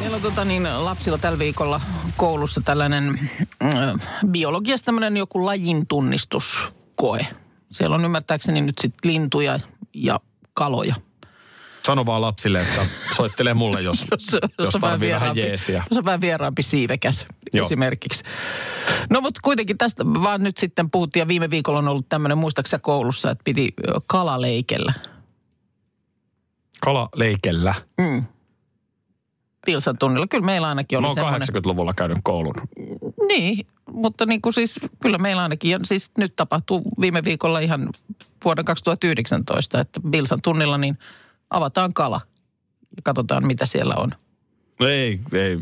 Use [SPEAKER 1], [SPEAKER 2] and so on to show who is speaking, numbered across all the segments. [SPEAKER 1] Meillä on tota niin, lapsilla tällä viikolla koulussa tällainen äh, biologiassa tämmöinen joku lajin tunnistuskoe. Siellä on ymmärtääkseni nyt sitten lintuja ja kaloja.
[SPEAKER 2] Sano vaan lapsille, että soittele mulle, jos, jos, jos
[SPEAKER 1] on
[SPEAKER 2] tarvii vähän jeesiä.
[SPEAKER 1] jos on vähän vieraampi siivekäs
[SPEAKER 2] Joo.
[SPEAKER 1] esimerkiksi. No mutta kuitenkin tästä vaan nyt sitten puhuttiin ja viime viikolla on ollut tämmöinen muistaakseni koulussa, että piti ö, kalaleikellä.
[SPEAKER 2] Kala leikellä.
[SPEAKER 1] Mm. Pilsan tunnilla. Kyllä meillä ainakin oli
[SPEAKER 2] Mä oon
[SPEAKER 1] semmoinen.
[SPEAKER 2] 80-luvulla käynyt koulun.
[SPEAKER 1] Niin, mutta niin kuin siis, kyllä meillä ainakin, ja siis nyt tapahtuu viime viikolla ihan vuoden 2019, että Bilsan tunnilla niin avataan kala ja katsotaan mitä siellä on.
[SPEAKER 2] No ei, ei. ei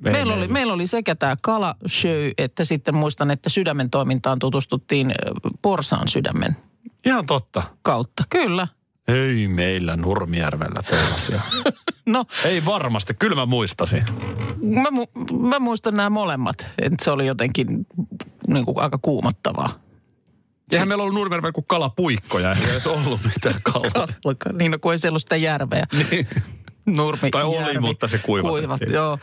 [SPEAKER 1] meillä, oli, meillä oli sekä tämä kala show, että sitten muistan, että sydämen toimintaan tutustuttiin ö, porsaan sydämen
[SPEAKER 2] Ihan totta.
[SPEAKER 1] kautta. Kyllä,
[SPEAKER 2] Ei meillä Nurmijärvellä tällaisia.
[SPEAKER 1] no
[SPEAKER 2] ei varmasti, kyllä mä muistasin.
[SPEAKER 1] mä, mu- mä muistan nämä molemmat, että se oli jotenkin niin kuin aika kuumottavaa.
[SPEAKER 2] Eihän meillä ollut Nurmijärvellä kuin kalapuikkoja, eikä edes ollut mitään kalaa.
[SPEAKER 1] Niin no, kun ei siellä ole sitä järveä. Nurmi,
[SPEAKER 2] Niin. Tai oli,
[SPEAKER 1] järvi,
[SPEAKER 2] mutta se kuivatettiin.
[SPEAKER 1] kuivat, joo.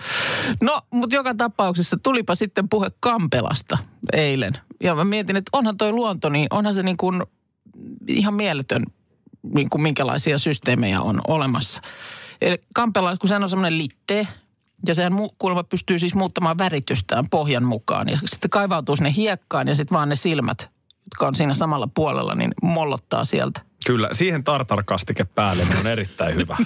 [SPEAKER 1] No, mutta joka tapauksessa tulipa sitten puhe Kampelasta eilen. Ja mä mietin, että onhan toi luonto, niin onhan se niin kuin ihan mieletön, niin kuin minkälaisia systeemejä on olemassa. Eli Kampela, kun sehän on semmoinen litte, ja sehän mu- kuulemma pystyy siis muuttamaan väritystään pohjan mukaan. Ja sitten se kaivautuu sinne hiekkaan ja sitten vaan ne silmät, jotka on siinä samalla puolella, niin mollottaa sieltä.
[SPEAKER 2] Kyllä, siihen tartarkastike päälle niin on erittäin hyvä.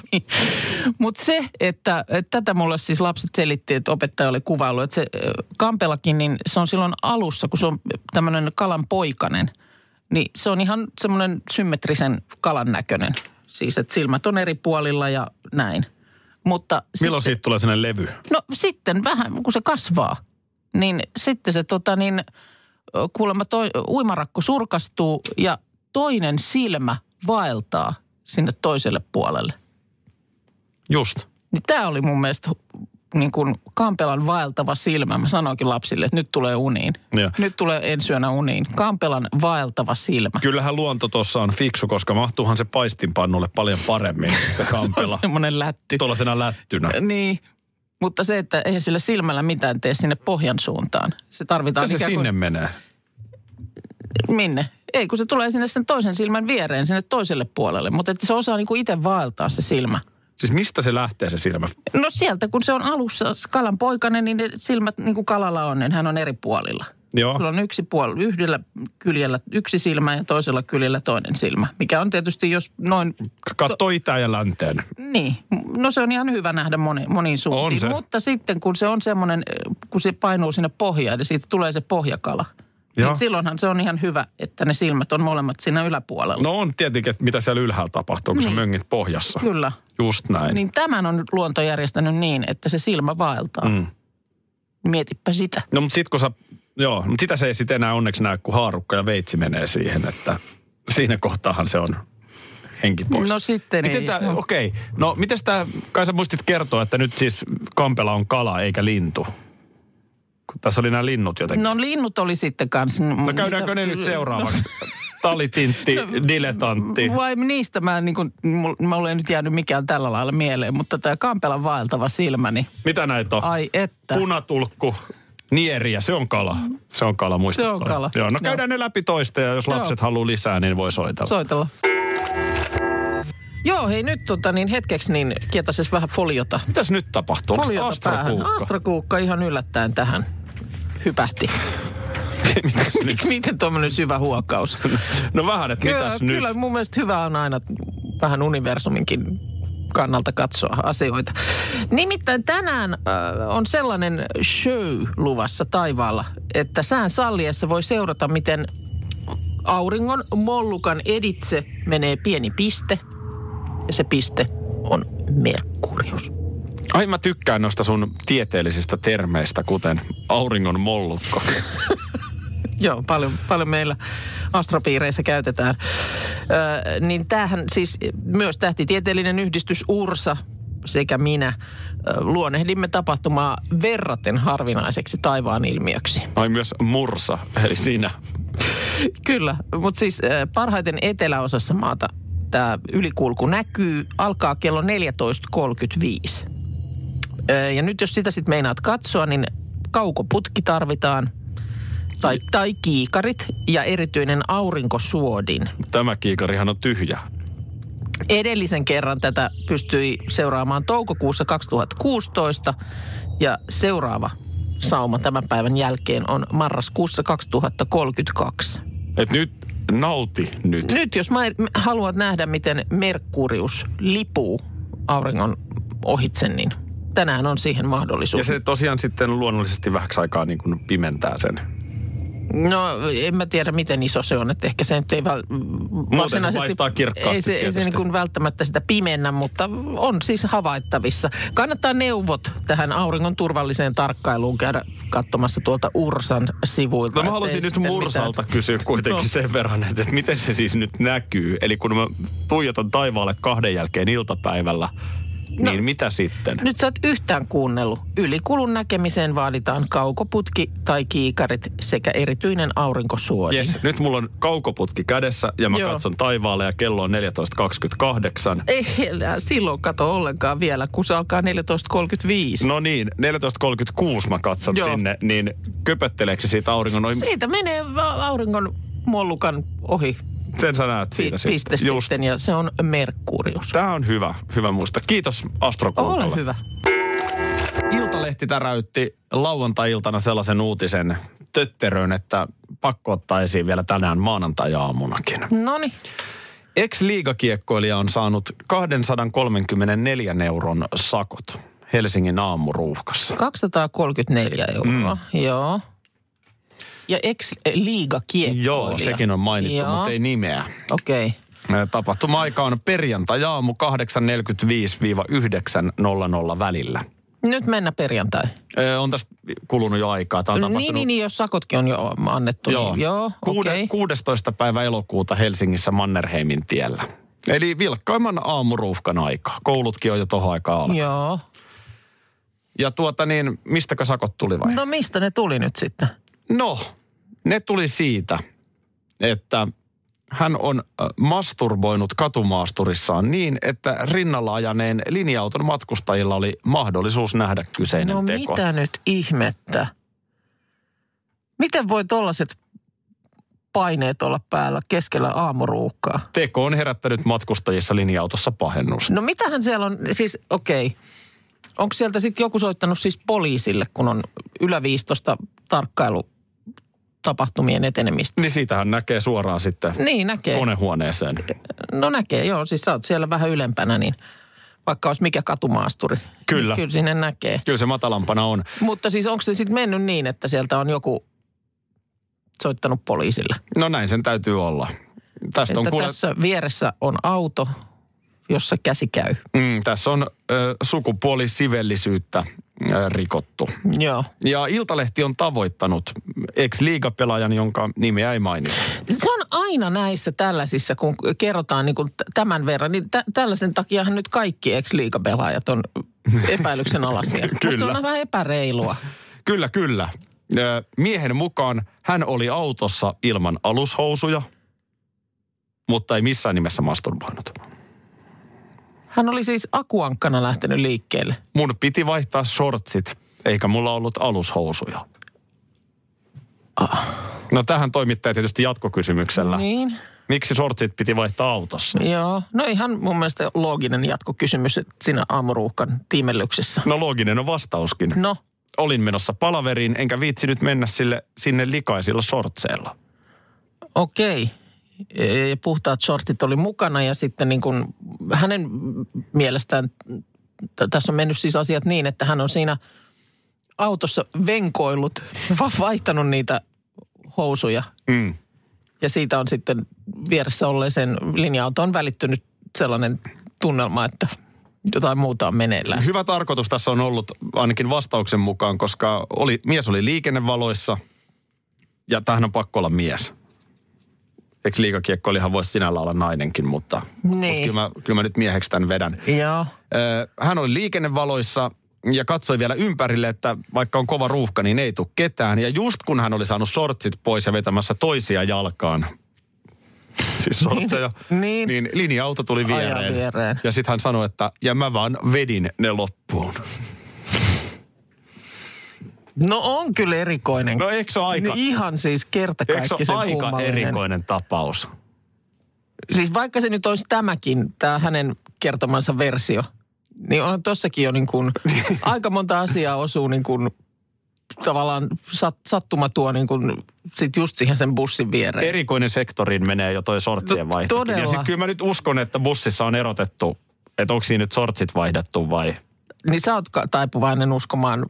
[SPEAKER 1] Mutta se, että, että tätä mulle siis lapset selitti, että opettaja oli kuvaillut, että se ö, kampelakin, niin se on silloin alussa, kun se on tämmöinen kalan poikanen, niin se on ihan semmoinen symmetrisen kalan näköinen. Siis, että silmät on eri puolilla ja näin. Mutta sit,
[SPEAKER 2] Milloin siitä tulee sellainen levy?
[SPEAKER 1] no sitten vähän, kun se kasvaa, niin sitten se tota niin, ö, kuulemma toi, uimarakko surkastuu ja toinen silmä vaeltaa sinne toiselle puolelle.
[SPEAKER 2] Just.
[SPEAKER 1] Niin tämä oli mun mielestä hu- niin kuin Kampelan vaeltava silmä. Mä sanoinkin lapsille, että nyt tulee uniin.
[SPEAKER 2] Joo.
[SPEAKER 1] Nyt tulee ensi yönä uniin. Kampelan vaeltava silmä.
[SPEAKER 2] Kyllähän luonto tuossa on fiksu, koska mahtuuhan se paistinpannulle paljon paremmin se kampela.
[SPEAKER 1] Semmoinen lätty.
[SPEAKER 2] Tuollaisena lättynä.
[SPEAKER 1] Niin. Mutta se, että eihän sillä silmällä mitään tee sinne pohjan suuntaan. Se tarvitaan
[SPEAKER 2] Mitä se
[SPEAKER 1] ikään kuin-
[SPEAKER 2] sinne menee?
[SPEAKER 1] Minne? Ei, kun se tulee sinne sen toisen silmän viereen, sinne toiselle puolelle. Mutta että se osaa niin kuin itse vaeltaa se silmä.
[SPEAKER 2] Siis mistä se lähtee se silmä?
[SPEAKER 1] No sieltä, kun se on alussa se kalan poikainen, niin ne silmät niin kuin kalalla on, niin hän on eri puolilla.
[SPEAKER 2] Joo.
[SPEAKER 1] Sulla on yksi puoli, yhdellä kyljellä yksi silmä ja toisella kyljellä toinen silmä, mikä on tietysti jos noin,
[SPEAKER 2] Katso itään ja länteen.
[SPEAKER 1] niin, no se on ihan hyvä nähdä moni, moniin
[SPEAKER 2] On
[SPEAKER 1] suuntiin.
[SPEAKER 2] se.
[SPEAKER 1] Mutta sitten kun se on semmoinen, ö, kun se painuu sinne pohjaan, niin siitä tulee se pohjakala.
[SPEAKER 2] Joo.
[SPEAKER 1] Niin silloinhan se on ihan hyvä, että ne silmät on molemmat siinä yläpuolella.
[SPEAKER 2] No on tietenkin, että mitä siellä ylhäällä tapahtuu, kun niin. sä möngit pohjassa.
[SPEAKER 1] Kyllä.
[SPEAKER 2] Just näin. Niin.
[SPEAKER 1] Niin tämän on luonto järjestänyt niin, että se silmä vaeltaa. Mm. Mietipä sitä.
[SPEAKER 2] No mutta sit kun sä, joo, mutta sitä se ei sit enää onneksi näe, kun haarukka ja veitsi menee siihen, että siinä kohtaahan se on henki pois.
[SPEAKER 1] No sitten
[SPEAKER 2] Miten
[SPEAKER 1] ei.
[SPEAKER 2] tää,
[SPEAKER 1] No.
[SPEAKER 2] okei, okay. no miten tämä, kai sä muistit kertoa, että nyt siis kampela on kala eikä lintu. Kun tässä oli nämä linnut jotenkin.
[SPEAKER 1] No linnut oli sitten kanssa.
[SPEAKER 2] No käydäänkö ne nyt seuraavaksi? Talitintti,
[SPEAKER 1] No-
[SPEAKER 2] diletantti.
[SPEAKER 1] Vai niistä mä, en niin kuin, mul- mulla ei nyt jäänyt mikään tällä lailla mieleen, mutta tämä Kampelan vaeltava silmä, niin
[SPEAKER 2] Mitä näitä on?
[SPEAKER 1] ai että. Mm.
[SPEAKER 2] Punatulkku, nieriä, se on kala. Se on kala, muistatko?
[SPEAKER 1] Se on kala.
[SPEAKER 2] Joo, no
[SPEAKER 1] Joo.
[SPEAKER 2] käydään ne läpi toista ja jos lapset
[SPEAKER 1] Joo.
[SPEAKER 2] haluaa lisää, niin voi soitella.
[SPEAKER 1] Soitella. Joo, hei nyt tota, niin hetkeksi niin kietases vähän foliota.
[SPEAKER 2] Mitäs nyt tapahtuu? Onko
[SPEAKER 1] Foliota päähän.
[SPEAKER 2] astrokuukka?
[SPEAKER 1] Astrokuukka ihan yllättäen tähän hypähti.
[SPEAKER 2] Mitäs nyt?
[SPEAKER 1] Miten tuommoinen syvä huokaus?
[SPEAKER 2] No vähän, että
[SPEAKER 1] Kyllä,
[SPEAKER 2] mitäs nyt?
[SPEAKER 1] kyllä mun mielestä hyvä on aina vähän universuminkin kannalta katsoa asioita. Nimittäin tänään äh, on sellainen show luvassa taivaalla, että sään salliessa voi seurata, miten auringon mollukan editse menee pieni piste. Ja se piste on Merkurius.
[SPEAKER 2] Ai mä tykkään noista sun tieteellisistä termeistä, kuten auringon mollukko.
[SPEAKER 1] Joo, paljon, paljon meillä astropiireissä käytetään. Öö, niin tämähän siis myös tähtitieteellinen yhdistys URSA sekä minä ö, luonnehdimme tapahtumaa verraten harvinaiseksi taivaan ilmiöksi.
[SPEAKER 2] Ai myös mursa, eli sinä.
[SPEAKER 1] Kyllä, mutta siis ö, parhaiten eteläosassa maata tämä ylikulku näkyy, alkaa kello 14.35. Ö, Ja nyt jos sitä sitten meinaat katsoa, niin kaukoputki tarvitaan tai, tai kiikarit ja erityinen aurinkosuodin.
[SPEAKER 2] Tämä kiikarihan on tyhjä.
[SPEAKER 1] Edellisen kerran tätä pystyi seuraamaan toukokuussa 2016 ja seuraava sauma tämän päivän jälkeen on marraskuussa 2032.
[SPEAKER 2] Et nyt nauti nyt.
[SPEAKER 1] Nyt jos mä haluat nähdä, miten Merkurius lipuu auringon ohitse, niin tänään on siihen
[SPEAKER 2] Ja
[SPEAKER 1] mahdollisuus.
[SPEAKER 2] se tosiaan sitten luonnollisesti vähäksi aikaa niin kuin pimentää sen.
[SPEAKER 1] No en mä tiedä, miten iso se on, että ehkä se nyt ei väl... varsinaisesti-
[SPEAKER 2] paistaa kirkkaasti
[SPEAKER 1] Ei se, ei se
[SPEAKER 2] tietysti.
[SPEAKER 1] niin kuin välttämättä sitä pimennä, mutta on siis havaittavissa. Kannattaa neuvot tähän auringon turvalliseen tarkkailuun käydä katsomassa tuolta Ursan sivuilta.
[SPEAKER 2] No mä
[SPEAKER 1] ettei
[SPEAKER 2] haluaisin nyt
[SPEAKER 1] sitten
[SPEAKER 2] Mursalta
[SPEAKER 1] mitään-
[SPEAKER 2] kysyä kuitenkin
[SPEAKER 1] No.
[SPEAKER 2] sen verran, että, että miten se siis nyt näkyy? Eli kun mä tuijotan taivaalle kahden jälkeen iltapäivällä, niin
[SPEAKER 1] No.
[SPEAKER 2] mitä sitten?
[SPEAKER 1] Nyt sä oot yhtään kuunnellut. Ylikulun näkemiseen vaaditaan kaukoputki tai kiikarit sekä erityinen aurinkosuoja.
[SPEAKER 2] Yes, nyt mulla on kaukoputki kädessä ja mä
[SPEAKER 1] Joo.
[SPEAKER 2] katson taivaalle ja kello on 14.28.
[SPEAKER 1] Ei elää silloin kato ollenkaan vielä, kun se alkaa 14.35.
[SPEAKER 2] No niin, 14.36 mä katson Joo.
[SPEAKER 1] Joo.
[SPEAKER 2] sinne, niin köpötteleekö se siitä auringon No, ohi?
[SPEAKER 1] Siitä menee va- auringon mollukan ohi
[SPEAKER 2] Sen sä näet
[SPEAKER 1] pi-
[SPEAKER 2] siitä
[SPEAKER 1] piste
[SPEAKER 2] sitten. Just.
[SPEAKER 1] sitten ja se on Merkurius.
[SPEAKER 2] Tämä on hyvä, hyvä muista. Kiitos Astrokuukalle.
[SPEAKER 1] Ole hyvä.
[SPEAKER 2] Iltalehti täräytti lauantai-iltana sellaisen uutisen tötterön, että pakko ottaa esiin vielä tänään maanantai-aamunakin.
[SPEAKER 1] Noniin.
[SPEAKER 2] Ex-liigakiekkoilija on saanut 234 euron sakot Helsingin aamuruuhkassa.
[SPEAKER 1] 234 euroa, mm. joo. Ja ex-liigakiekkoilija.
[SPEAKER 2] Joo, sekin on mainittu,
[SPEAKER 1] Joo.
[SPEAKER 2] mutta ei nimeä.
[SPEAKER 1] Okei. Okay.
[SPEAKER 2] Tapahtuma-aika on perjantai-aamu 8.45-9.00 välillä.
[SPEAKER 1] Nyt mennä perjantai.
[SPEAKER 2] Ö, On tästä kulunut jo aikaa. Tämä on tapahtunut
[SPEAKER 1] Niin, niin, niin, jos sakotkin on jo annettu. Joo, niin, joo
[SPEAKER 2] Kuude-
[SPEAKER 1] okei.
[SPEAKER 2] 16. päivä elokuuta Helsingissä Mannerheimin tiellä. Eli vilkkaimman aamuruuhkan aika. Koulutkin on jo tohon aikaan alkanut.
[SPEAKER 1] Joo.
[SPEAKER 2] Ja tuota niin, mistäkö sakot tuli vai?
[SPEAKER 1] No mistä ne tuli nyt sitten?
[SPEAKER 2] No, ne tuli siitä, että hän on äh, masturboinut katumaasturissaan niin, että rinnalla ajaneen linja-auton matkustajilla oli mahdollisuus nähdä kyseinen
[SPEAKER 1] No
[SPEAKER 2] teko.
[SPEAKER 1] mitä nyt ihmettä? Miten voi tollaset paineet olla päällä keskellä aamuruuhkaa?
[SPEAKER 2] Teko on herättänyt matkustajissa linja-autossa pahennusta.
[SPEAKER 1] No mitähän siellä on, siis okei. Okay. Onko sieltä sitten joku soittanut siis poliisille, kun on yläviistosta tarkkailu tapahtumien etenemistä?
[SPEAKER 2] Niin siitähän näkee suoraan sitten
[SPEAKER 1] Niin näkee.
[SPEAKER 2] konehuoneeseen.
[SPEAKER 1] No näkee, joo. Siis sä oot siellä vähän ylempänä, niin vaikka olisi mikä katumaasturi.
[SPEAKER 2] Kyllä.
[SPEAKER 1] Niin kyllä sinne näkee.
[SPEAKER 2] Kyllä se matalampana on.
[SPEAKER 1] Mutta siis onko se sitten mennyt niin, että sieltä on joku soittanut poliisille?
[SPEAKER 2] No näin sen täytyy olla. Tästä on
[SPEAKER 1] Että
[SPEAKER 2] kuule, tässä...
[SPEAKER 1] tässä vieressä on auto, jossa käsi käy.
[SPEAKER 2] Mm, tässä on ö, sukupuolisivellisyyttä ö, rikottu.
[SPEAKER 1] Joo.
[SPEAKER 2] Ja Iltalehti on tavoittanut ex-liigapelaajan, jonka nimeä ei mainita.
[SPEAKER 1] Se on aina näissä tällaisissa, kun kerrotaan niin kuin t- tämän verran, niin tä- tällaisen takiahan nyt kaikki ex-liigapelaajat on epäilyksen alaisia. Musta se on
[SPEAKER 2] Kyllä.
[SPEAKER 1] aina vähän epäreilua.
[SPEAKER 2] Kyllä, kyllä. Ö, miehen mukaan hän oli autossa ilman alushousuja, mutta ei missään nimessä masturboinut.
[SPEAKER 1] Hän oli siis akuankkana lähtenyt liikkeelle.
[SPEAKER 2] Mun piti vaihtaa shortsit, eikä mulla ollut alushousuja. No tähän toimittaja tietysti jatkokysymyksellä.
[SPEAKER 1] Niin,
[SPEAKER 2] Miksi shortsit piti vaihtaa autossa?
[SPEAKER 1] joo. No ihan mun mielestä looginen jatkokysymys siinä aamuruuhkan tiimellyksessä.
[SPEAKER 2] No looginen on vastauskin.
[SPEAKER 1] No,
[SPEAKER 2] Olin menossa palaveriin, enkä viitsinyt mennä sille, sinne likaisilla sortseilla.
[SPEAKER 1] okei. E- ja Puhtaat shortit oli mukana ja sitten niin kuin hänen mielestään, t- tässä on mennyt siis asiat niin, että hän on siinä autossa venkoillut, va- vaihtanut niitä housuja.
[SPEAKER 2] Mm.
[SPEAKER 1] Ja siitä on sitten vieressä olleeseen linja-autoon välittynyt sellainen tunnelma, että jotain muuta on meneillään.
[SPEAKER 2] Hyvä tarkoitus tässä on ollut ainakin vastauksen mukaan, koska oli, mies oli liikennevaloissa ja tähän on pakko olla mies. Eikö liikakiekkoilihan voisi sinällä olla nainenkin, mutta,
[SPEAKER 1] Niin.
[SPEAKER 2] mutta kyllä, mä, kyllä mä nyt mieheksi tämän vedän.
[SPEAKER 1] Joo.
[SPEAKER 2] Ö, Hän oli liikennevaloissa ja katsoi vielä ympärille, että vaikka on kova ruuhka, niin ei tule ketään. Ja just kun hän oli saanut sortsit pois ja vetämässä toisia jalkaan, siis sortseja,
[SPEAKER 1] Niin,
[SPEAKER 2] niin,
[SPEAKER 1] niin.
[SPEAKER 2] niin. niin linja-auto tuli
[SPEAKER 1] Ajaa
[SPEAKER 2] viereen.
[SPEAKER 1] viereen.
[SPEAKER 2] Ja sitten hän sanoi, että ja mä vaan vedin ne loppuun.
[SPEAKER 1] No on kyllä erikoinen.
[SPEAKER 2] No eikö se ole aika,
[SPEAKER 1] No ihan siis
[SPEAKER 2] eikö se
[SPEAKER 1] kertakaikkisen
[SPEAKER 2] ole aika
[SPEAKER 1] kummallinen.
[SPEAKER 2] erikoinen tapaus?
[SPEAKER 1] Siis vaikka se nyt olisi tämäkin, tämä hänen kertomansa versio, niin on tossakin jo niin kuin, aika monta asiaa osuu niin kuin, tavallaan sat, sattuma tuo niin kuin, sit just siihen sen bussin viereen.
[SPEAKER 2] Erikoinen sektoriin menee jo toi sortsien
[SPEAKER 1] Niin. No,
[SPEAKER 2] vaihto.
[SPEAKER 1] todella.
[SPEAKER 2] Ja sitten kyllä mä nyt uskon, että bussissa on erotettu, että onko siinä nyt sortsit vaihdettu vai...
[SPEAKER 1] Niin sä oot ka- taipuvainen uskomaan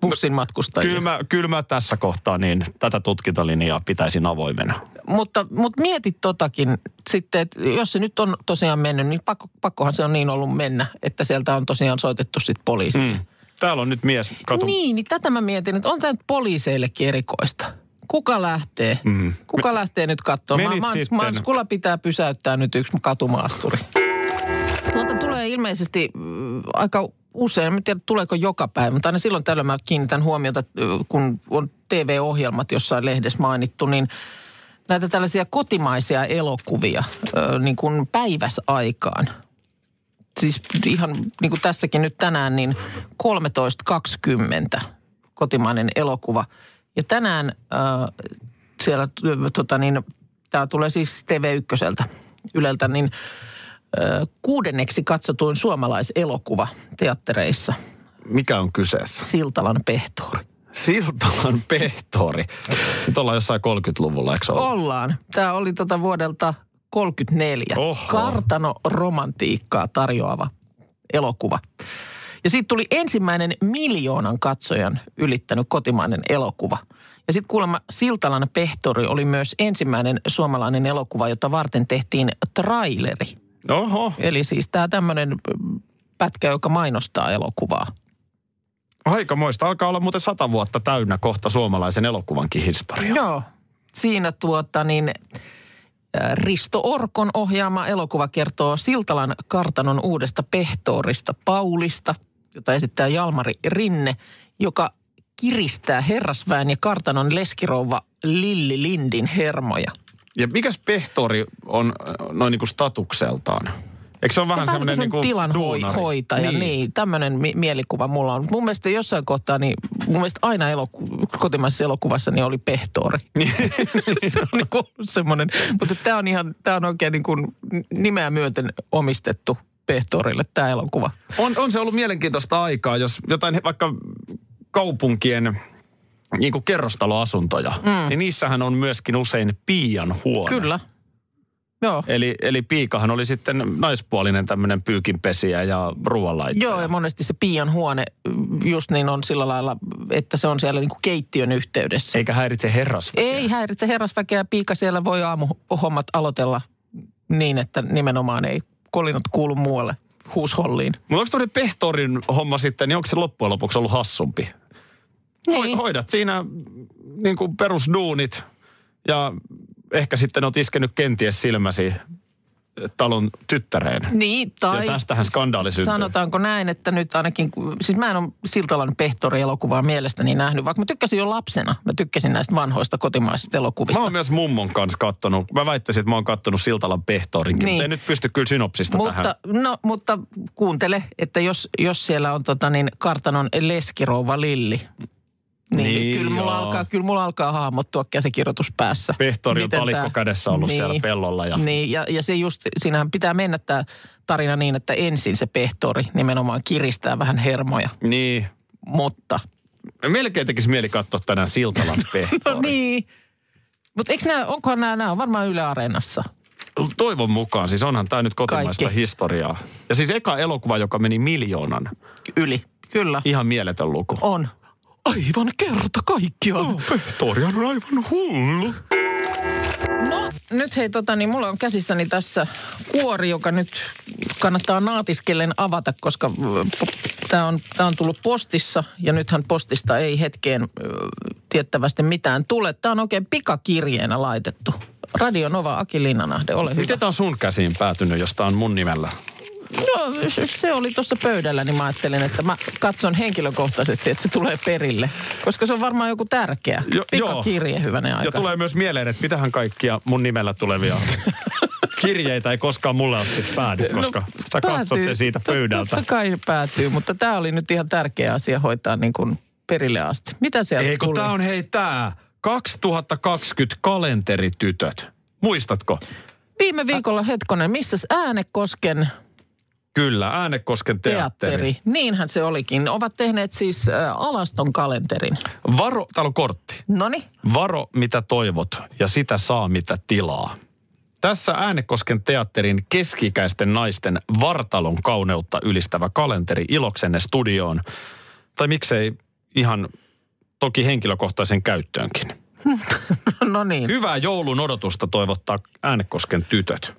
[SPEAKER 1] bussin matkustajia.
[SPEAKER 2] Kyllä mä, kyllä mä tässä kohtaa niin tätä tutkintalinjaa pitäisin avoimena.
[SPEAKER 1] Mutta, mutta mieti totakin sitten, että jos se nyt on tosiaan mennyt, niin pakko, pakkohan se on niin ollut mennä, että sieltä on tosiaan soitettu sitten poliisi.
[SPEAKER 2] Mm. Täällä on nyt mies, katu.
[SPEAKER 1] Niin, niin tätä mä mietin, että on tämä nyt poliiseillekin erikoista. Kuka lähtee? Mm. Kuka lähtee nyt katsomaan?
[SPEAKER 2] Menit
[SPEAKER 1] Mans,
[SPEAKER 2] sitten.
[SPEAKER 1] manskulla pitää pysäyttää nyt yksi katumaasturi. Tuolta tulee ilmeisesti mm, aika usein, en tiedä tuleeko joka päivä, mutta aina silloin tällöin mä kiinnitän huomiota, että, ö, kun on TV-ohjelmat jossain lehdessä mainittu, niin näitä tällaisia kotimaisia elokuvia ö, niin kuin päiväsaikaan. Siis ihan niin kuin tässäkin nyt tänään, niin 13.20 kotimainen elokuva. Ja tänään ö, siellä, ö, tota niin, tämä tulee siis TV1 Yleltä, niin ö, kuudenneksi katsotuin suomalaiselokuva teattereissa,
[SPEAKER 2] Mikä on kyseessä?
[SPEAKER 1] Siltalan pehtori.
[SPEAKER 2] Siltalan pehtori. Nyt ollaan jossain 30-luvulla, eikö se ole?
[SPEAKER 1] Ollaan. Tämä oli tota vuodelta 34.
[SPEAKER 2] Oho.
[SPEAKER 1] Kartano romantiikkaa tarjoava elokuva. Ja siitä tuli ensimmäinen miljoonan katsojan ylittänyt kotimainen elokuva. Ja sitten kuulemma Siltalan pehtori oli myös ensimmäinen suomalainen elokuva, jota varten tehtiin traileri.
[SPEAKER 2] Oho,
[SPEAKER 1] Eli siis tämä tämmöinen pätkä, joka mainostaa elokuvaa.
[SPEAKER 2] aikamoista. Alkaa olla muuten sata vuotta täynnä kohta suomalaisen elokuvankin historia.
[SPEAKER 1] Joo. Siinä tuota niin äh, Risto Orkon ohjaama elokuva kertoo Siltalan kartanon uudesta pehtoorista Paulista, jota esittää Jalmari Rinne, joka kiristää herrasväen ja kartanon leskirouva Lilli Lindin hermoja.
[SPEAKER 2] Ja mikäs pehtori on äh, noin niin kuin statukseltaan? Eikö se ole vähän
[SPEAKER 1] Vähän semmoinen
[SPEAKER 2] semmoinen
[SPEAKER 1] niin
[SPEAKER 2] niin kuin
[SPEAKER 1] tilanhoitaja, niin, niin tämmöinen mi- mielikuva mulla on. Mun mielestä jossain kohtaa, niin mun mielestä aina eloku- kotimaisessa elokuvassa niin oli pehtori. se on niin ollut semmoinen, mutta tämä on ihan, tämä on oikein niin kuin nimeä myöten omistettu pehtorille tämä elokuva.
[SPEAKER 2] On, on se ollut mielenkiintoista aikaa, jos jotain he- vaikka kaupunkien niin kuin kerrostaloasuntoja, mm. niin niissähän on myöskin usein piian huone.
[SPEAKER 1] Kyllä. Joo.
[SPEAKER 2] Eli, eli piikahan oli sitten naispuolinen tämmöinen pyykinpesiä ja ruoanlaittaja.
[SPEAKER 1] Joo, ja monesti se pian huone mm, just niin on sillä lailla, että se on siellä niin kuin keittiön yhteydessä.
[SPEAKER 2] Eikä häiritse herras.
[SPEAKER 1] Ei häiritse herrasväkeä. Piika siellä voi aamuhommat aloitella niin, että nimenomaan ei kolinat kuulu muualle huusholliin.
[SPEAKER 2] Mutta onko tuonne pehtorin homma sitten, niin onko se loppujen lopuksi ollut hassumpi? Hoi-
[SPEAKER 1] Niin.
[SPEAKER 2] Hoidat siinä niin kuin perusduunit ja ehkä sitten oot iskenyt kenties silmäsi talon tyttäreen.
[SPEAKER 1] Niin, tai
[SPEAKER 2] Ja tästähän skandaali syntyi.
[SPEAKER 1] Sanotaanko näin, että nyt ainakin, kun- siis mä en ole Siltalan pehtori-elokuvaa mielestäni nähnyt, vaikka mä tykkäsin jo lapsena. Mä tykkäsin näistä vanhoista kotimaisista elokuvista.
[SPEAKER 2] Mä oon myös mummon kanssa kattonut. Mä väittäisin, että mä oon kattonut Siltalan pehtorinkin,
[SPEAKER 1] Niin.
[SPEAKER 2] niin. mutta en nyt pysty kyllä synopsista
[SPEAKER 1] mutta,
[SPEAKER 2] tähän.
[SPEAKER 1] No, mutta kuuntele, että jos, jos siellä on tota niin, kartanon leskirouva Lilli, niin, niin
[SPEAKER 2] Niin,
[SPEAKER 1] kyllä, mulla
[SPEAKER 2] joo.
[SPEAKER 1] alkaa, kyllä mulla alkaa hahmottua käsikirjoitus päässä.
[SPEAKER 2] Pehtori on
[SPEAKER 1] Miten
[SPEAKER 2] talikko
[SPEAKER 1] tää-
[SPEAKER 2] kädessä ollut siellä pellolla ja-
[SPEAKER 1] Niin, ja, ja se just, siinähän pitää mennä tämä tarina niin, että ensin se pehtori nimenomaan kiristää vähän hermoja,
[SPEAKER 2] Niin.
[SPEAKER 1] mutta...
[SPEAKER 2] Melkein tekisi mieli katsoa tänään Siltalan pehtori.
[SPEAKER 1] No niin. Mutta eikö nämä, onkohan nämä, nämä on varmaan Yle Areenassa.
[SPEAKER 2] Toivon mukaan. Siis onhan tämä nyt kotimaista
[SPEAKER 1] Kaikki.
[SPEAKER 2] Kaikki. historiaa. Ja siis eka elokuva, joka meni miljoonan.
[SPEAKER 1] Yli, kyllä.
[SPEAKER 2] Ihan mieletön luku.
[SPEAKER 1] On. Aivan kerta kaikkiaan.
[SPEAKER 2] Pehtori on aivan hullu.
[SPEAKER 1] No nyt hei, tota, niin mulla on käsissäni tässä kuori, joka nyt kannattaa naatiskellen avata, koska tämä on, tää on tullut postissa ja nythän postista ei hetkeen ö, tiettävästi mitään tule. Tämä on oikein pikakirjeenä laitettu. Radio Nova Aki Linnanahde, ole hyvä.
[SPEAKER 2] Miten tämä on sun käsiin päätynyt, jos tämä on mun nimellä?
[SPEAKER 1] No, se oli tuossa pöydällä, niin mä ajattelin, että mä katson henkilökohtaisesti, että se tulee perille. Koska se on varmaan joku tärkeä
[SPEAKER 2] Jo-
[SPEAKER 1] jo,
[SPEAKER 2] joo.
[SPEAKER 1] pikakirje, hyvänä aika.
[SPEAKER 2] Ja tulee myös mieleen, että mitähän kaikkia mun nimellä tulevia kirjeitä ei koskaan mulle asti päädy, koska no, sä katsot
[SPEAKER 1] päätyy.
[SPEAKER 2] ne siitä
[SPEAKER 1] Tot-
[SPEAKER 2] pöydältä.
[SPEAKER 1] Totta kai päätyy, mutta tämä oli nyt ihan tärkeä asia hoitaa niin kuin perille asti. Mitä sieltä
[SPEAKER 2] Ei kun
[SPEAKER 1] tuli?
[SPEAKER 2] tää on hei tää, 2020 kalenteritytöt. Muistatko?
[SPEAKER 1] Viime viikolla, hetkonen, missä äänekosken
[SPEAKER 2] Kyllä, Äänekosken
[SPEAKER 1] teatteri.
[SPEAKER 2] teatteri.
[SPEAKER 1] teatteri? Niinhän se olikin. Ovat tehneet siis äh, alaston kalenterin.
[SPEAKER 2] Varo, täällä on kortti.
[SPEAKER 1] Noniin.
[SPEAKER 2] Varo mitä toivot ja sitä saa mitä tilaa. Tässä Äänekosken teatterin keskikäisten naisten vartalon kauneutta ylistävä kalenteri iloksenne studioon. Tai miksei ihan toki henkilökohtaisen käyttöönkin.
[SPEAKER 1] No niin.
[SPEAKER 2] Hyvää joulun odotusta toivottaa Äänekosken tytöt.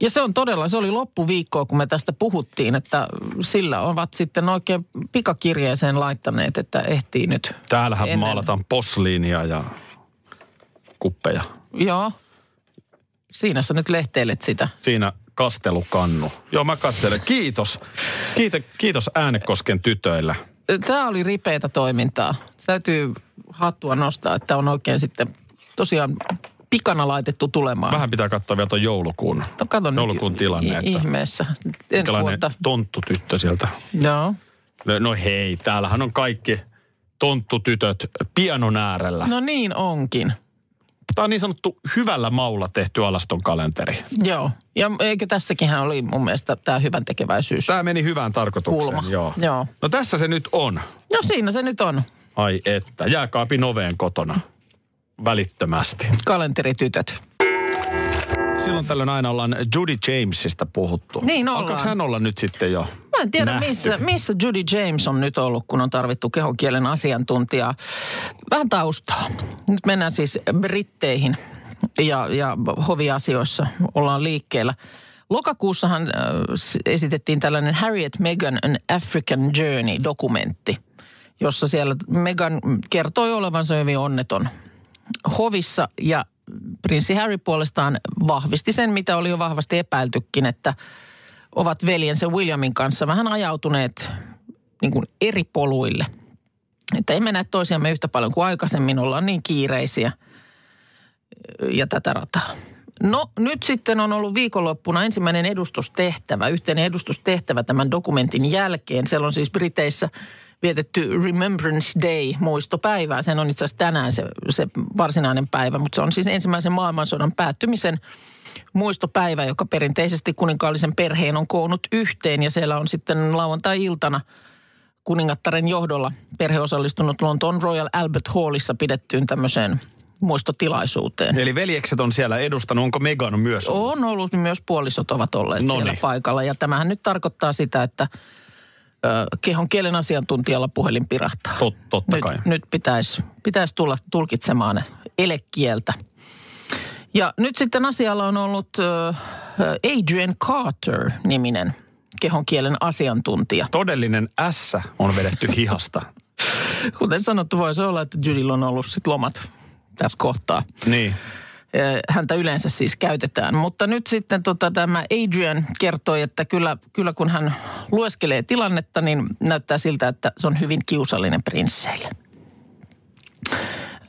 [SPEAKER 1] Ja se on todella, se oli loppuviikkoa, kun me tästä puhuttiin, että sillä ovat sitten oikein pikakirjeeseen laittaneet, että ehtii nyt.
[SPEAKER 2] Täällähän
[SPEAKER 1] Ennen.
[SPEAKER 2] maalataan posliinia ja kuppeja.
[SPEAKER 1] Joo. Siinä sä nyt lehteilet sitä.
[SPEAKER 2] Siinä kastelukannu. Joo, mä katselen. Kiitos. Kiite, kiitos Äänekosken tytöillä.
[SPEAKER 1] Tämä oli ripeätä toimintaa. Täytyy hattua nostaa, että on oikein sitten tosiaan pikana laitettu tulemaan.
[SPEAKER 2] Vähän pitää katsoa vielä tuon joulukuun.
[SPEAKER 1] Ah. No kato nyt
[SPEAKER 2] joulukuun tilanne,
[SPEAKER 1] i-
[SPEAKER 2] että
[SPEAKER 1] Ihmeessä. Ensi
[SPEAKER 2] minkälainen
[SPEAKER 1] vuotta.
[SPEAKER 2] tonttutyttö sieltä.
[SPEAKER 1] Joo.
[SPEAKER 2] No- No hei, täällähän on kaikki tonttutytöt pianon äärellä. No.
[SPEAKER 1] No niin onkin.
[SPEAKER 2] Tämä on niin sanottu hyvällä maulla tehty alaston kalenteri.
[SPEAKER 1] Joo. Ja eikö tässäkinhän oli mun mielestä tämä hyvän tekeväisyys?
[SPEAKER 2] Tämä meni hyvään tarkoitukseen,
[SPEAKER 1] Kulma.
[SPEAKER 2] joo.
[SPEAKER 1] Joo.
[SPEAKER 2] No tässä se nyt on.
[SPEAKER 1] No siinä se nyt on.
[SPEAKER 2] Ai että, jääkaapin oveen kotona välittömästi.
[SPEAKER 1] Kalenteritytöt.
[SPEAKER 2] Silloin tällöin aina ollaan Judy Jamesista puhuttu.
[SPEAKER 1] Niin ollaan.
[SPEAKER 2] Alkaako hän olla nyt sitten jo?
[SPEAKER 1] Mä en tiedä,
[SPEAKER 2] nähty?
[SPEAKER 1] missä, missä Judy James on nyt ollut, kun on tarvittu kehokielen asiantuntijaa. Vähän taustaa. Nyt mennään siis Britteihin ja, ja hoviasioissa ollaan liikkeellä. Lokakuussahan äh, s- esitettiin tällainen Harriet Meghan An African Journey-dokumentti, jossa siellä Meghan kertoi olevansa hyvin onneton hovissa ja prinssi Harry puolestaan vahvisti sen, mitä oli jo vahvasti epäiltykin, että ovat veljensä Williamin kanssa vähän ajautuneet niin kuin eri poluille. Että emme näe toisiamme yhtä paljon kuin aikaisemmin, ollaan niin kiireisiä ja tätä rataa. No nyt sitten on ollut viikonloppuna ensimmäinen edustustehtävä, yhteinen edustustehtävä tämän dokumentin jälkeen. Siellä on siis Briteissä vietetty Remembrance Day, muistopäivää. Sen on itse asiassa tänään se, se varsinainen päivä, mutta se on siis ensimmäisen maailmansodan päättymisen muistopäivä, joka perinteisesti kuninkaallisen perheen on koonnut yhteen. Ja siellä on sitten lauantai-iltana kuningattaren johdolla perhe osallistunut Lontoon Royal Albert Hallissa pidettyyn tämmöiseen muistotilaisuuteen.
[SPEAKER 2] Eli veljekset on siellä edustanut, onko Megan myös ollut?
[SPEAKER 1] On ollut, niin myös puolisot ovat olleet
[SPEAKER 2] Noniin.
[SPEAKER 1] siellä paikalla. Ja tämähän nyt tarkoittaa sitä, että ö, kehon kielen asiantuntijalla puhelin pirahtaa.
[SPEAKER 2] Tot, totta
[SPEAKER 1] nyt,
[SPEAKER 2] kai.
[SPEAKER 1] Nyt pitäisi pitäis tulla tulkitsemaan elekieltä. Ja nyt sitten asialla on ollut ö, ö, Adrian Carter-niminen kehon kielen asiantuntija.
[SPEAKER 2] Todellinen S on vedetty hihasta.
[SPEAKER 1] Kuten sanottu, voisi olla, että Judylla on ollut sit lomat tässä kohtaa.
[SPEAKER 2] niin.
[SPEAKER 1] Ö, Eh, häntä yleensä siis käytetään. Mutta nyt sitten tota, tämä Adrian kertoi, että kyllä, kyllä kun hän lueskelee tilannetta, niin näyttää siltä, että se on hyvin kiusallinen prinsseille.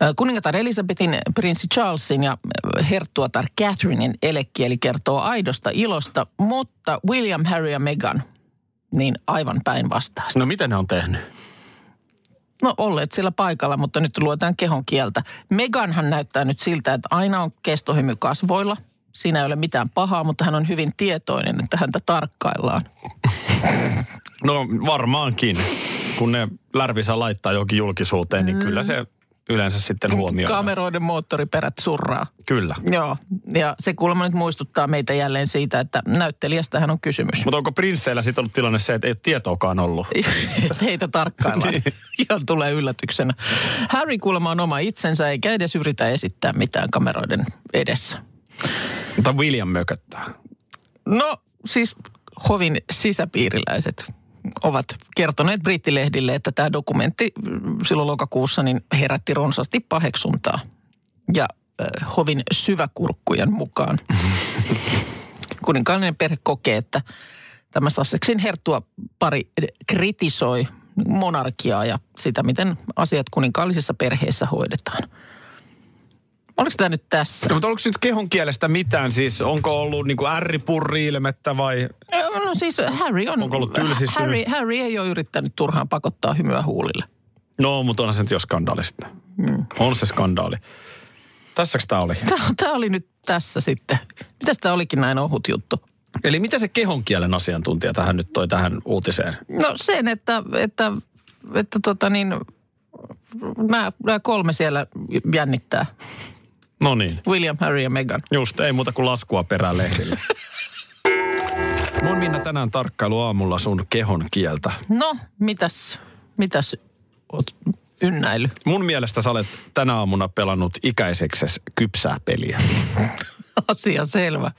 [SPEAKER 1] Ö, Kuningatar Elisabetin, prinssi Charlesin ja ö, herttuatar Catherinein elekieli kertoo aidosta ilosta, mutta William, Harry ja Meghan, niin aivan päinvastaista.
[SPEAKER 2] No mitä ne on tehnyt?
[SPEAKER 1] No olleet siellä paikalla, mutta nyt luetaan kehon kieltä. Meganhan näyttää nyt siltä, että aina on kestohymy kasvoilla. Siinä ei ole mitään pahaa, mutta hän on hyvin tietoinen, että häntä tarkkaillaan.
[SPEAKER 2] No varmaankin. Kun ne lärvissä laittaa johonkin julkisuuteen, niin kyllä se yleensä sitten huomioidaan.
[SPEAKER 1] Kameroiden moottoriperät surraa.
[SPEAKER 2] Kyllä.
[SPEAKER 1] Joo, ja se kuulemma nyt muistuttaa meitä jälleen siitä, että näyttelijästähän on kysymys.
[SPEAKER 2] Mutta onko prinsseillä sitten ollut tilanne se, että ei ole tietoakaan ollut?
[SPEAKER 1] Heitä tarkkaillaan. Ihan tulee yllätyksenä. Harry kuulemma on oma itsensä, eikä edes yritä esittää mitään kameroiden edessä.
[SPEAKER 2] Mutta William mököttää.
[SPEAKER 1] No siis hovin sisäpiiriläiset ovat kertoneet brittilehdille, että tämä dokumentti mm, silloin lokakuussa niin herätti runsaasti paheksuntaa. Ja äh, hovin syväkurkkujen mukaan. Kuninkaallinen perhe kokee, että tämä Sussexin herttua pari kritisoi monarkiaa ja sitä, miten asiat kuninkaallisissa perheissä hoidetaan. Oliko tämä nyt tässä?
[SPEAKER 2] No, mutta oliko nyt kehon kielestä mitään? Siis onko ollut niin ärripurri-ilmettä vai
[SPEAKER 1] No siis Harry on...
[SPEAKER 2] Onko ollut tylsistynyt?
[SPEAKER 1] Harry, Harry ei ole yrittänyt turhaan pakottaa hymyä huulille.
[SPEAKER 2] No, mutta onhan se nyt jo skandaali sitten. Mm. On se skandaali. Tässäks tää oli?
[SPEAKER 1] Tämä oli nyt tässä sitten. Mitäs tämä olikin näin ohut juttu?
[SPEAKER 2] Eli mitä se kehonkielen asiantuntija tähän nyt toi tähän uutiseen?
[SPEAKER 1] No sen, että, että, että tota niin, nämä, nämä kolme siellä jännittää.
[SPEAKER 2] No niin,
[SPEAKER 1] William, Harry ja Meghan.
[SPEAKER 2] just ei muuta kuin laskua perään lehdille. Mun Minna tänään tarkkailu aamulla sun kehon kieltä.
[SPEAKER 1] No, mitäs, mitäs oot ynnäily?
[SPEAKER 2] Mun mielestä sä olet tänä aamuna pelannut ikäisekses kypsää peliä.
[SPEAKER 1] Asia selvä.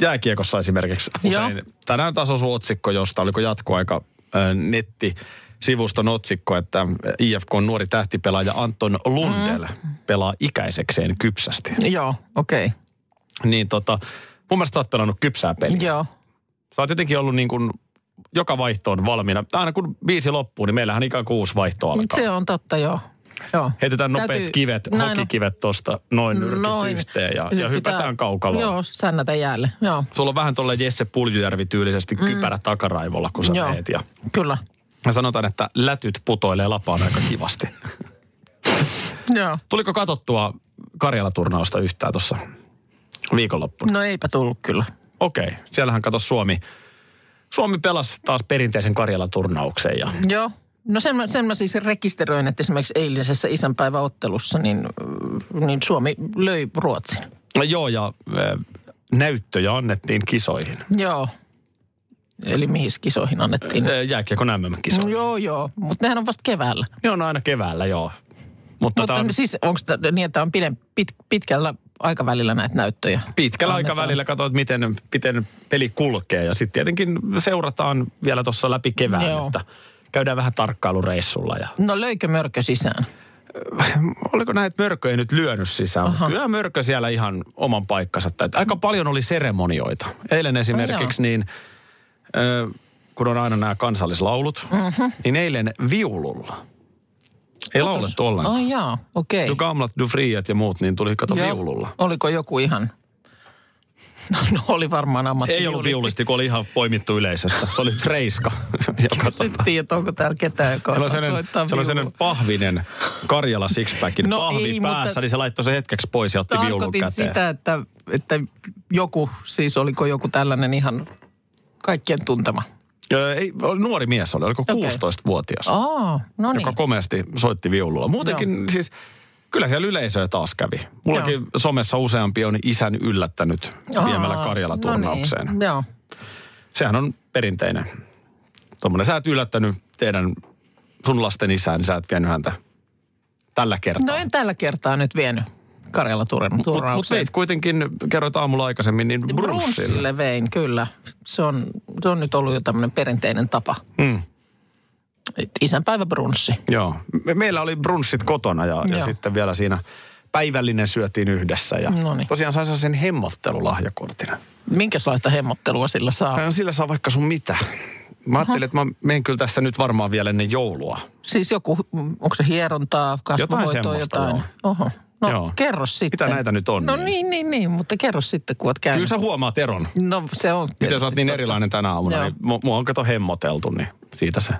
[SPEAKER 2] Jääkiekossa esimerkiksi usein.
[SPEAKER 1] Joo.
[SPEAKER 2] Tänään taas osui otsikko, josta oliko jatkoaika äh, netti sivuston otsikko, että IFK on nuori tähtipelaaja Anton Lundel mm. pelaa ikäisekseen kypsästi.
[SPEAKER 1] Joo, okei. Okay.
[SPEAKER 2] Niin tota, mun mielestä sä oot pelannut kypsää peliä.
[SPEAKER 1] Joo.
[SPEAKER 2] Sä oot jotenkin ollut niin kuin joka vaihtoon valmiina. Aina kun biisi loppuu, niin meillähän ikään kuin uusi vaihto alkaa.
[SPEAKER 1] Se on totta, joo. joo.
[SPEAKER 2] Heitetään nopeat
[SPEAKER 1] Täytyy-
[SPEAKER 2] kivet,
[SPEAKER 1] näin on.
[SPEAKER 2] hokikivet tosta noin nyrkit yhteen ja, ja
[SPEAKER 1] Pitää-
[SPEAKER 2] hypätään kaukaloon.
[SPEAKER 1] Joo, sännätä jäälle. Joo.
[SPEAKER 2] Sulla on vähän tuolla Jesse Puljujärvi tyylisesti mm. kypärä takaraivolla, kun sä
[SPEAKER 1] Joo.
[SPEAKER 2] meet. Ja,
[SPEAKER 1] Kyllä.
[SPEAKER 2] ja sanotaan, että lätyt putoilee lapaan aika kivasti.
[SPEAKER 1] Joo.
[SPEAKER 2] Tuliko katottua Karjala-turnausta yhtään tuossa viikonloppuna?
[SPEAKER 1] No eipä tullut kyllä.
[SPEAKER 2] Okei, okay. siellähän kato Suomi. Suomi pelasi taas perinteisen Karjala-turnauksen ja
[SPEAKER 1] Joo. No sen mä, sen mä siis rekisteröin, että esimerkiksi eilisessä isänpäiväottelussa niin, äh, niin Suomi löi Ruotsin.
[SPEAKER 2] No Joo, ja ö, näyttöjä annettiin kisoihin.
[SPEAKER 1] Joo. Eli mihin kisoihin annettiin?
[SPEAKER 2] Ö, Jääkiekon
[SPEAKER 1] Niin. No,
[SPEAKER 2] MM-kisoihin.
[SPEAKER 1] joo, joo. Mutta nehän on vasta keväällä.
[SPEAKER 2] Ne on aina keväällä, joo. Mutta,
[SPEAKER 1] Mutta
[SPEAKER 2] No tää
[SPEAKER 1] on...
[SPEAKER 2] on
[SPEAKER 1] siis onko niin, että on pidem, pit, pitkällä aikavälillä näitä näyttöjä?
[SPEAKER 2] pitkällä
[SPEAKER 1] Annetaan.
[SPEAKER 2] aikavälillä katsoit, miten, miten peli kulkee. Ja sitten tietenkin seurataan vielä tuossa läpi kevään,
[SPEAKER 1] Joo.
[SPEAKER 2] joo. että käydään vähän tarkkailureissulla. Ja...
[SPEAKER 1] No löikö mörkö sisään?
[SPEAKER 2] Oliko näitä mörköjä nyt lyönyt sisään? Aha.
[SPEAKER 1] Aha. Mm.
[SPEAKER 2] Kyllä mörkö siellä ihan oman paikkansa. täytti. Aika paljon oli seremonioita. Eilen esimerkiksi niin, ö, kun on aina nämä kansallislaulut,
[SPEAKER 1] Mhm.
[SPEAKER 2] mm-hmm. niin eilen viululla. Ei laulettu ollenkaan.
[SPEAKER 1] Oh, joo, okei.
[SPEAKER 2] Kyllä Gamlat, Dufriat ja muut, niin tuli kato
[SPEAKER 1] Joo.
[SPEAKER 2] viululla.
[SPEAKER 1] Oliko joku ihan... No, no oli varmaan ammatti.
[SPEAKER 2] Ei ollut viulisti, kun oli ihan poimittu yleisöstä. Se oli Freiska. joka tota-
[SPEAKER 1] Sitten, että onko täällä ketään, joka
[SPEAKER 2] Sillä
[SPEAKER 1] osaa
[SPEAKER 2] on sellainen,
[SPEAKER 1] soittaa
[SPEAKER 2] sillä on sellainen
[SPEAKER 1] viulua.
[SPEAKER 2] pahvinen Karjala sixpackin no
[SPEAKER 1] No
[SPEAKER 2] pahvi
[SPEAKER 1] ei,
[SPEAKER 2] päässä,
[SPEAKER 1] mutta-
[SPEAKER 2] niin se laittoi se hetkeksi pois ja otti viulun
[SPEAKER 1] Tarkoitin
[SPEAKER 2] käteen.
[SPEAKER 1] sitä, että, että joku, siis oliko joku tällainen ihan kaikkien tuntema.
[SPEAKER 2] Öö, ei, nuori mies oli, oliko
[SPEAKER 1] Okei.
[SPEAKER 2] 16-vuotias,
[SPEAKER 1] Aa, no niin.
[SPEAKER 2] joka komeasti soitti viululla. Muutenkin siis, kyllä siellä yleisöä taas kävi. Mullakin
[SPEAKER 1] Joo.
[SPEAKER 2] somessa useampi on isän yllättänyt
[SPEAKER 1] Aa,
[SPEAKER 2] viemällä Karjala-turnaukseen.
[SPEAKER 1] No niin. Joo.
[SPEAKER 2] sehän on perinteinen. Tuommoinen, sä et yllättänyt teidän, sun lasten isää, niin sä et vienyt häntä tällä kertaa.
[SPEAKER 1] No en tällä kertaa nyt vienyt Karjala
[SPEAKER 2] Mutta mut
[SPEAKER 1] turnaukseen.
[SPEAKER 2] veit kuitenkin, kerroit aamulla aikaisemmin, niin brunssille.
[SPEAKER 1] Brunssille vein, kyllä. Se on, se on nyt ollut jo tämmöinen perinteinen tapa.
[SPEAKER 2] Mm,
[SPEAKER 1] Et Isänpäivä brunssi.
[SPEAKER 2] joo. Me, meillä oli brunssit kotona ja, ja
[SPEAKER 1] Joo.
[SPEAKER 2] sitten vielä siinä päivällinen syötiin yhdessä. Ja
[SPEAKER 1] Noniin.
[SPEAKER 2] tosiaan sain sen hemmottelulahjakortin.
[SPEAKER 1] Minkälaista hemmottelua sillä saa?
[SPEAKER 2] Hän sillä saa vaikka sun mitä. Mä ajattelin, että mä menen kyllä tässä nyt varmaan vielä ennen joulua.
[SPEAKER 1] Siis joku, onko se hierontaa, kasvohoitoa,
[SPEAKER 2] Jotain semmoista,
[SPEAKER 1] jotain? Oho. No
[SPEAKER 2] Joo.
[SPEAKER 1] kerro sitten.
[SPEAKER 2] näitä nyt on,
[SPEAKER 1] No
[SPEAKER 2] niin?
[SPEAKER 1] niin, niin, niin, mutta kerro sitten, kun oot
[SPEAKER 2] Kyllä
[SPEAKER 1] käynyt.
[SPEAKER 2] sä huomaat eron.
[SPEAKER 1] No se on.
[SPEAKER 2] Miten sä oot niin erilainen tänä aamuna,
[SPEAKER 1] Joo.
[SPEAKER 2] niin mu- mua on kato hemmoteltu, niin siitä se.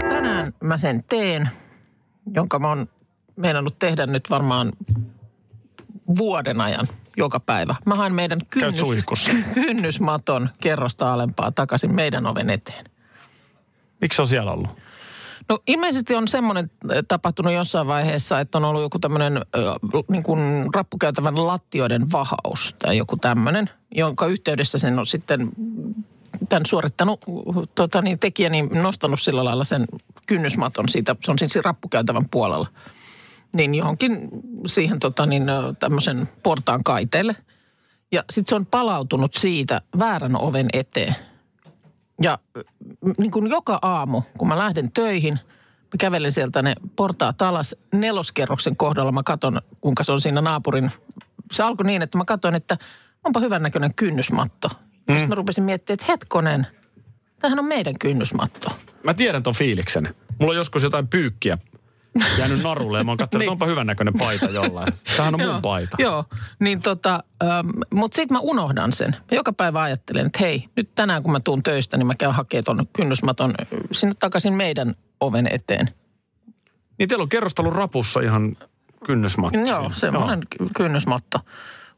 [SPEAKER 1] Tänään mä sen teen, jonka mä oon meinannut tehdä nyt varmaan vuoden ajan joka päivä. Mä haen meidän
[SPEAKER 2] Käyt
[SPEAKER 1] kynnys,
[SPEAKER 2] suihkussa.
[SPEAKER 1] kynnysmaton kerrosta alempaa takaisin meidän oven eteen.
[SPEAKER 2] Miksi se on siellä ollut?
[SPEAKER 1] No ilmeisesti on semmoinen äh, tapahtunut jossain vaiheessa, että on ollut joku tämmöinen ö, niin kuin rappukäytävän lattioiden vahaus tai joku tämmöinen, jonka yhteydessä sen on sitten tämän suorittanut tota niin, tekijä niin nostanut sillä lailla sen kynnysmaton siitä, se on siis siinä rappukäytävän puolella, niin johonkin siihen tota niin, ö, tämmöisen portaan kaiteelle. Ja sitten se on palautunut siitä väärän oven eteen. Ja mm, niin kuin joka aamu, kun mä lähden töihin, mä kävelen sieltä ne portaat alas neloskerroksen kohdalla. Mä katon, kuinka se on siinä naapurin. Se alkoi niin, että mä katsoin, että onpa hyvännäköinen kynnysmatto. Mm. Sitten mä rupesin miettimään, että hetkonen, tämähän on meidän kynnysmatto.
[SPEAKER 2] Mä tiedän ton fiiliksen. Mulla on joskus jotain pyykkiä jäänyt narulle ja mä oon katsonut,
[SPEAKER 1] Niin.
[SPEAKER 2] että onpa hyvännäköinen paita jollain. Tämähän on mun paita.
[SPEAKER 1] Joo, niin tota, mutta sitten mä unohdan sen. Mä joka päivä ajattelen, että hei, nyt tänään kun mä tuun töistä, niin mä käyn hakemaan ton kynnysmaton ö, sinne takaisin meidän oven eteen.
[SPEAKER 2] Niin teillä on kerrostalon rapussa ihan kynnysmatti.
[SPEAKER 1] Joo, semmoinen ky- kynnysmatto.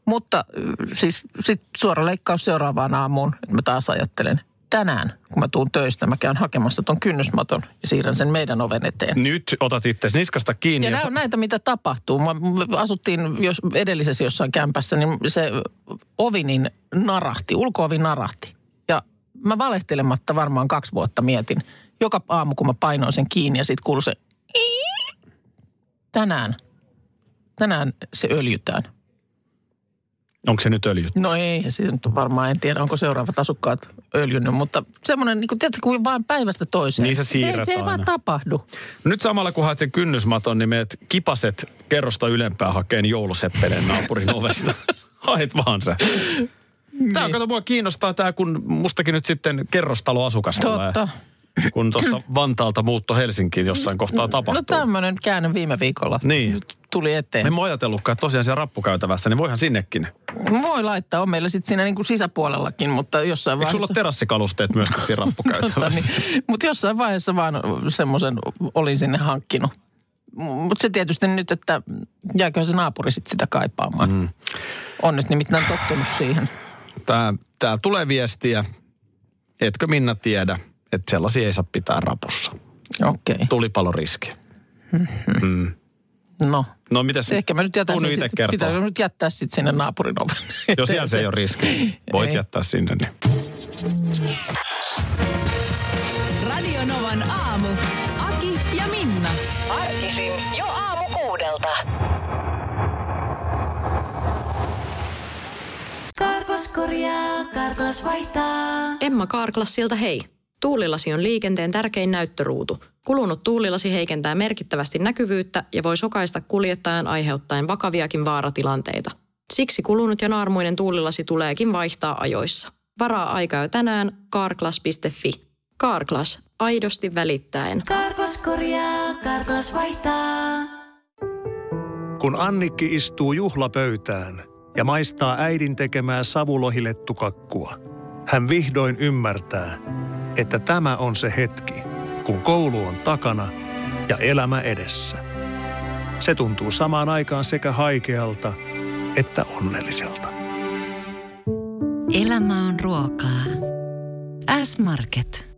[SPEAKER 1] Mutta y, siis sit suora leikkaus seuraavaan aamuun, että mä taas ajattelen, tänään kun mä tuun töistä, mä käyn hakemassa ton kynnysmaton ja siirrän sen meidän oven eteen.
[SPEAKER 2] Nyt otat itse niskasta kiinni.
[SPEAKER 1] Ja
[SPEAKER 2] Niin Ja
[SPEAKER 1] nämä
[SPEAKER 2] sä-
[SPEAKER 1] on näitä, mitä tapahtuu. Mä me asuttiin jos, edellisessä jossain kämpässä, niin se ovi niin narahti, ulkoovi narahti. Ja mä valehtelematta varmaan kaksi vuotta mietin. Joka aamu, kun mä painoin sen kiinni ja sitten kuului se... Tänään, tänään se öljytään.
[SPEAKER 2] Onko se nyt öljyt?
[SPEAKER 1] No ei, se nyt on varmaan en tiedä, onko seuraavat asukkaat öljynnyt, mutta semmoinen, niin kuin, tiedätkö, kun vaan päivästä toiseen.
[SPEAKER 2] Niin sä siirrät
[SPEAKER 1] ei, se ei
[SPEAKER 2] aina.
[SPEAKER 1] vaan tapahdu. No
[SPEAKER 2] Nyt samalla kun haet sen kynnysmaton, niin meet kipaset kerrosta ylempää hakeen jouluseppeleen naapurin ovesta. Haet vaan sä.
[SPEAKER 1] Niin.
[SPEAKER 2] Tämä on, kato, mua kiinnostaa tämä, kun mustakin nyt sitten kerrostaloasukas tulee.
[SPEAKER 1] Totta.
[SPEAKER 2] Kun tuossa Vantaalta muutto Helsinkiin jossain kohtaa tapahtuu.
[SPEAKER 1] No tämmöinen käänne viime viikolla
[SPEAKER 2] Niin.
[SPEAKER 1] nyt tuli eteen.
[SPEAKER 2] En mä ajatellutkaan, että tosiaan siellä rappukäytävässä, niin voihan sinnekin.
[SPEAKER 1] Voi laittaa, on meillä sitten siinä niinku sisäpuolellakin, mutta jossain
[SPEAKER 2] Eikö sulla
[SPEAKER 1] vaiheessa...
[SPEAKER 2] ole terassikalusteet myöskin siinä rappukäytävässä?
[SPEAKER 1] No niin, mutta jossain vaiheessa vaan semmoisen olin sinne hankkinut. Mutta se tietysti nyt, että jääköhän se naapuri sitten sitä kaipaamaan. Mm. On nyt nimittäin tottunut siihen.
[SPEAKER 2] Tää, tää tulee viestiä, etkö Minna tiedä, että sellaisia ei saa pitää rapussa.
[SPEAKER 1] Okei, okay.
[SPEAKER 2] Tulipaloriski.
[SPEAKER 1] no.
[SPEAKER 2] No mitäs?
[SPEAKER 1] Ehkä mä nyt jätän
[SPEAKER 2] Tuun
[SPEAKER 1] sen
[SPEAKER 2] itse
[SPEAKER 1] sit-
[SPEAKER 2] kertoa.
[SPEAKER 1] Pitää nyt jättää sitten sinne naapurin oven.
[SPEAKER 2] Jos siellä se ei ole riski, voit
[SPEAKER 1] Ei.
[SPEAKER 2] jättää sinne. Niin.
[SPEAKER 3] Radio Novan aamu. Aki ja Minna.
[SPEAKER 4] Arkisin jo aamu kuudelta.
[SPEAKER 5] Karklas korjaa, Karklas vaihtaa.
[SPEAKER 6] Emma Kaarklas siltä hei. Tuulilasi on liikenteen tärkein näyttöruutu. Kulunut tuulilasi heikentää merkittävästi näkyvyyttä ja voi sokaista kuljettajan aiheuttaen vakaviakin vaaratilanteita. Siksi kulunut ja naarmuinen tuulilasi tuleekin vaihtaa ajoissa. Varaa aika jo tänään karklas.fi. Karklas, aidosti välittäen.
[SPEAKER 5] Karklas korjaa, Karklas vaihtaa.
[SPEAKER 7] Kun Annikki istuu juhlapöytään ja maistaa äidin tekemää savulohilettukakkua, hän vihdoin ymmärtää, että tämä on se hetki, kun koulu on takana ja elämä edessä. Se tuntuu samaan aikaan sekä haikealta että onnelliselta.
[SPEAKER 5] Elämä on ruokaa. S-Market.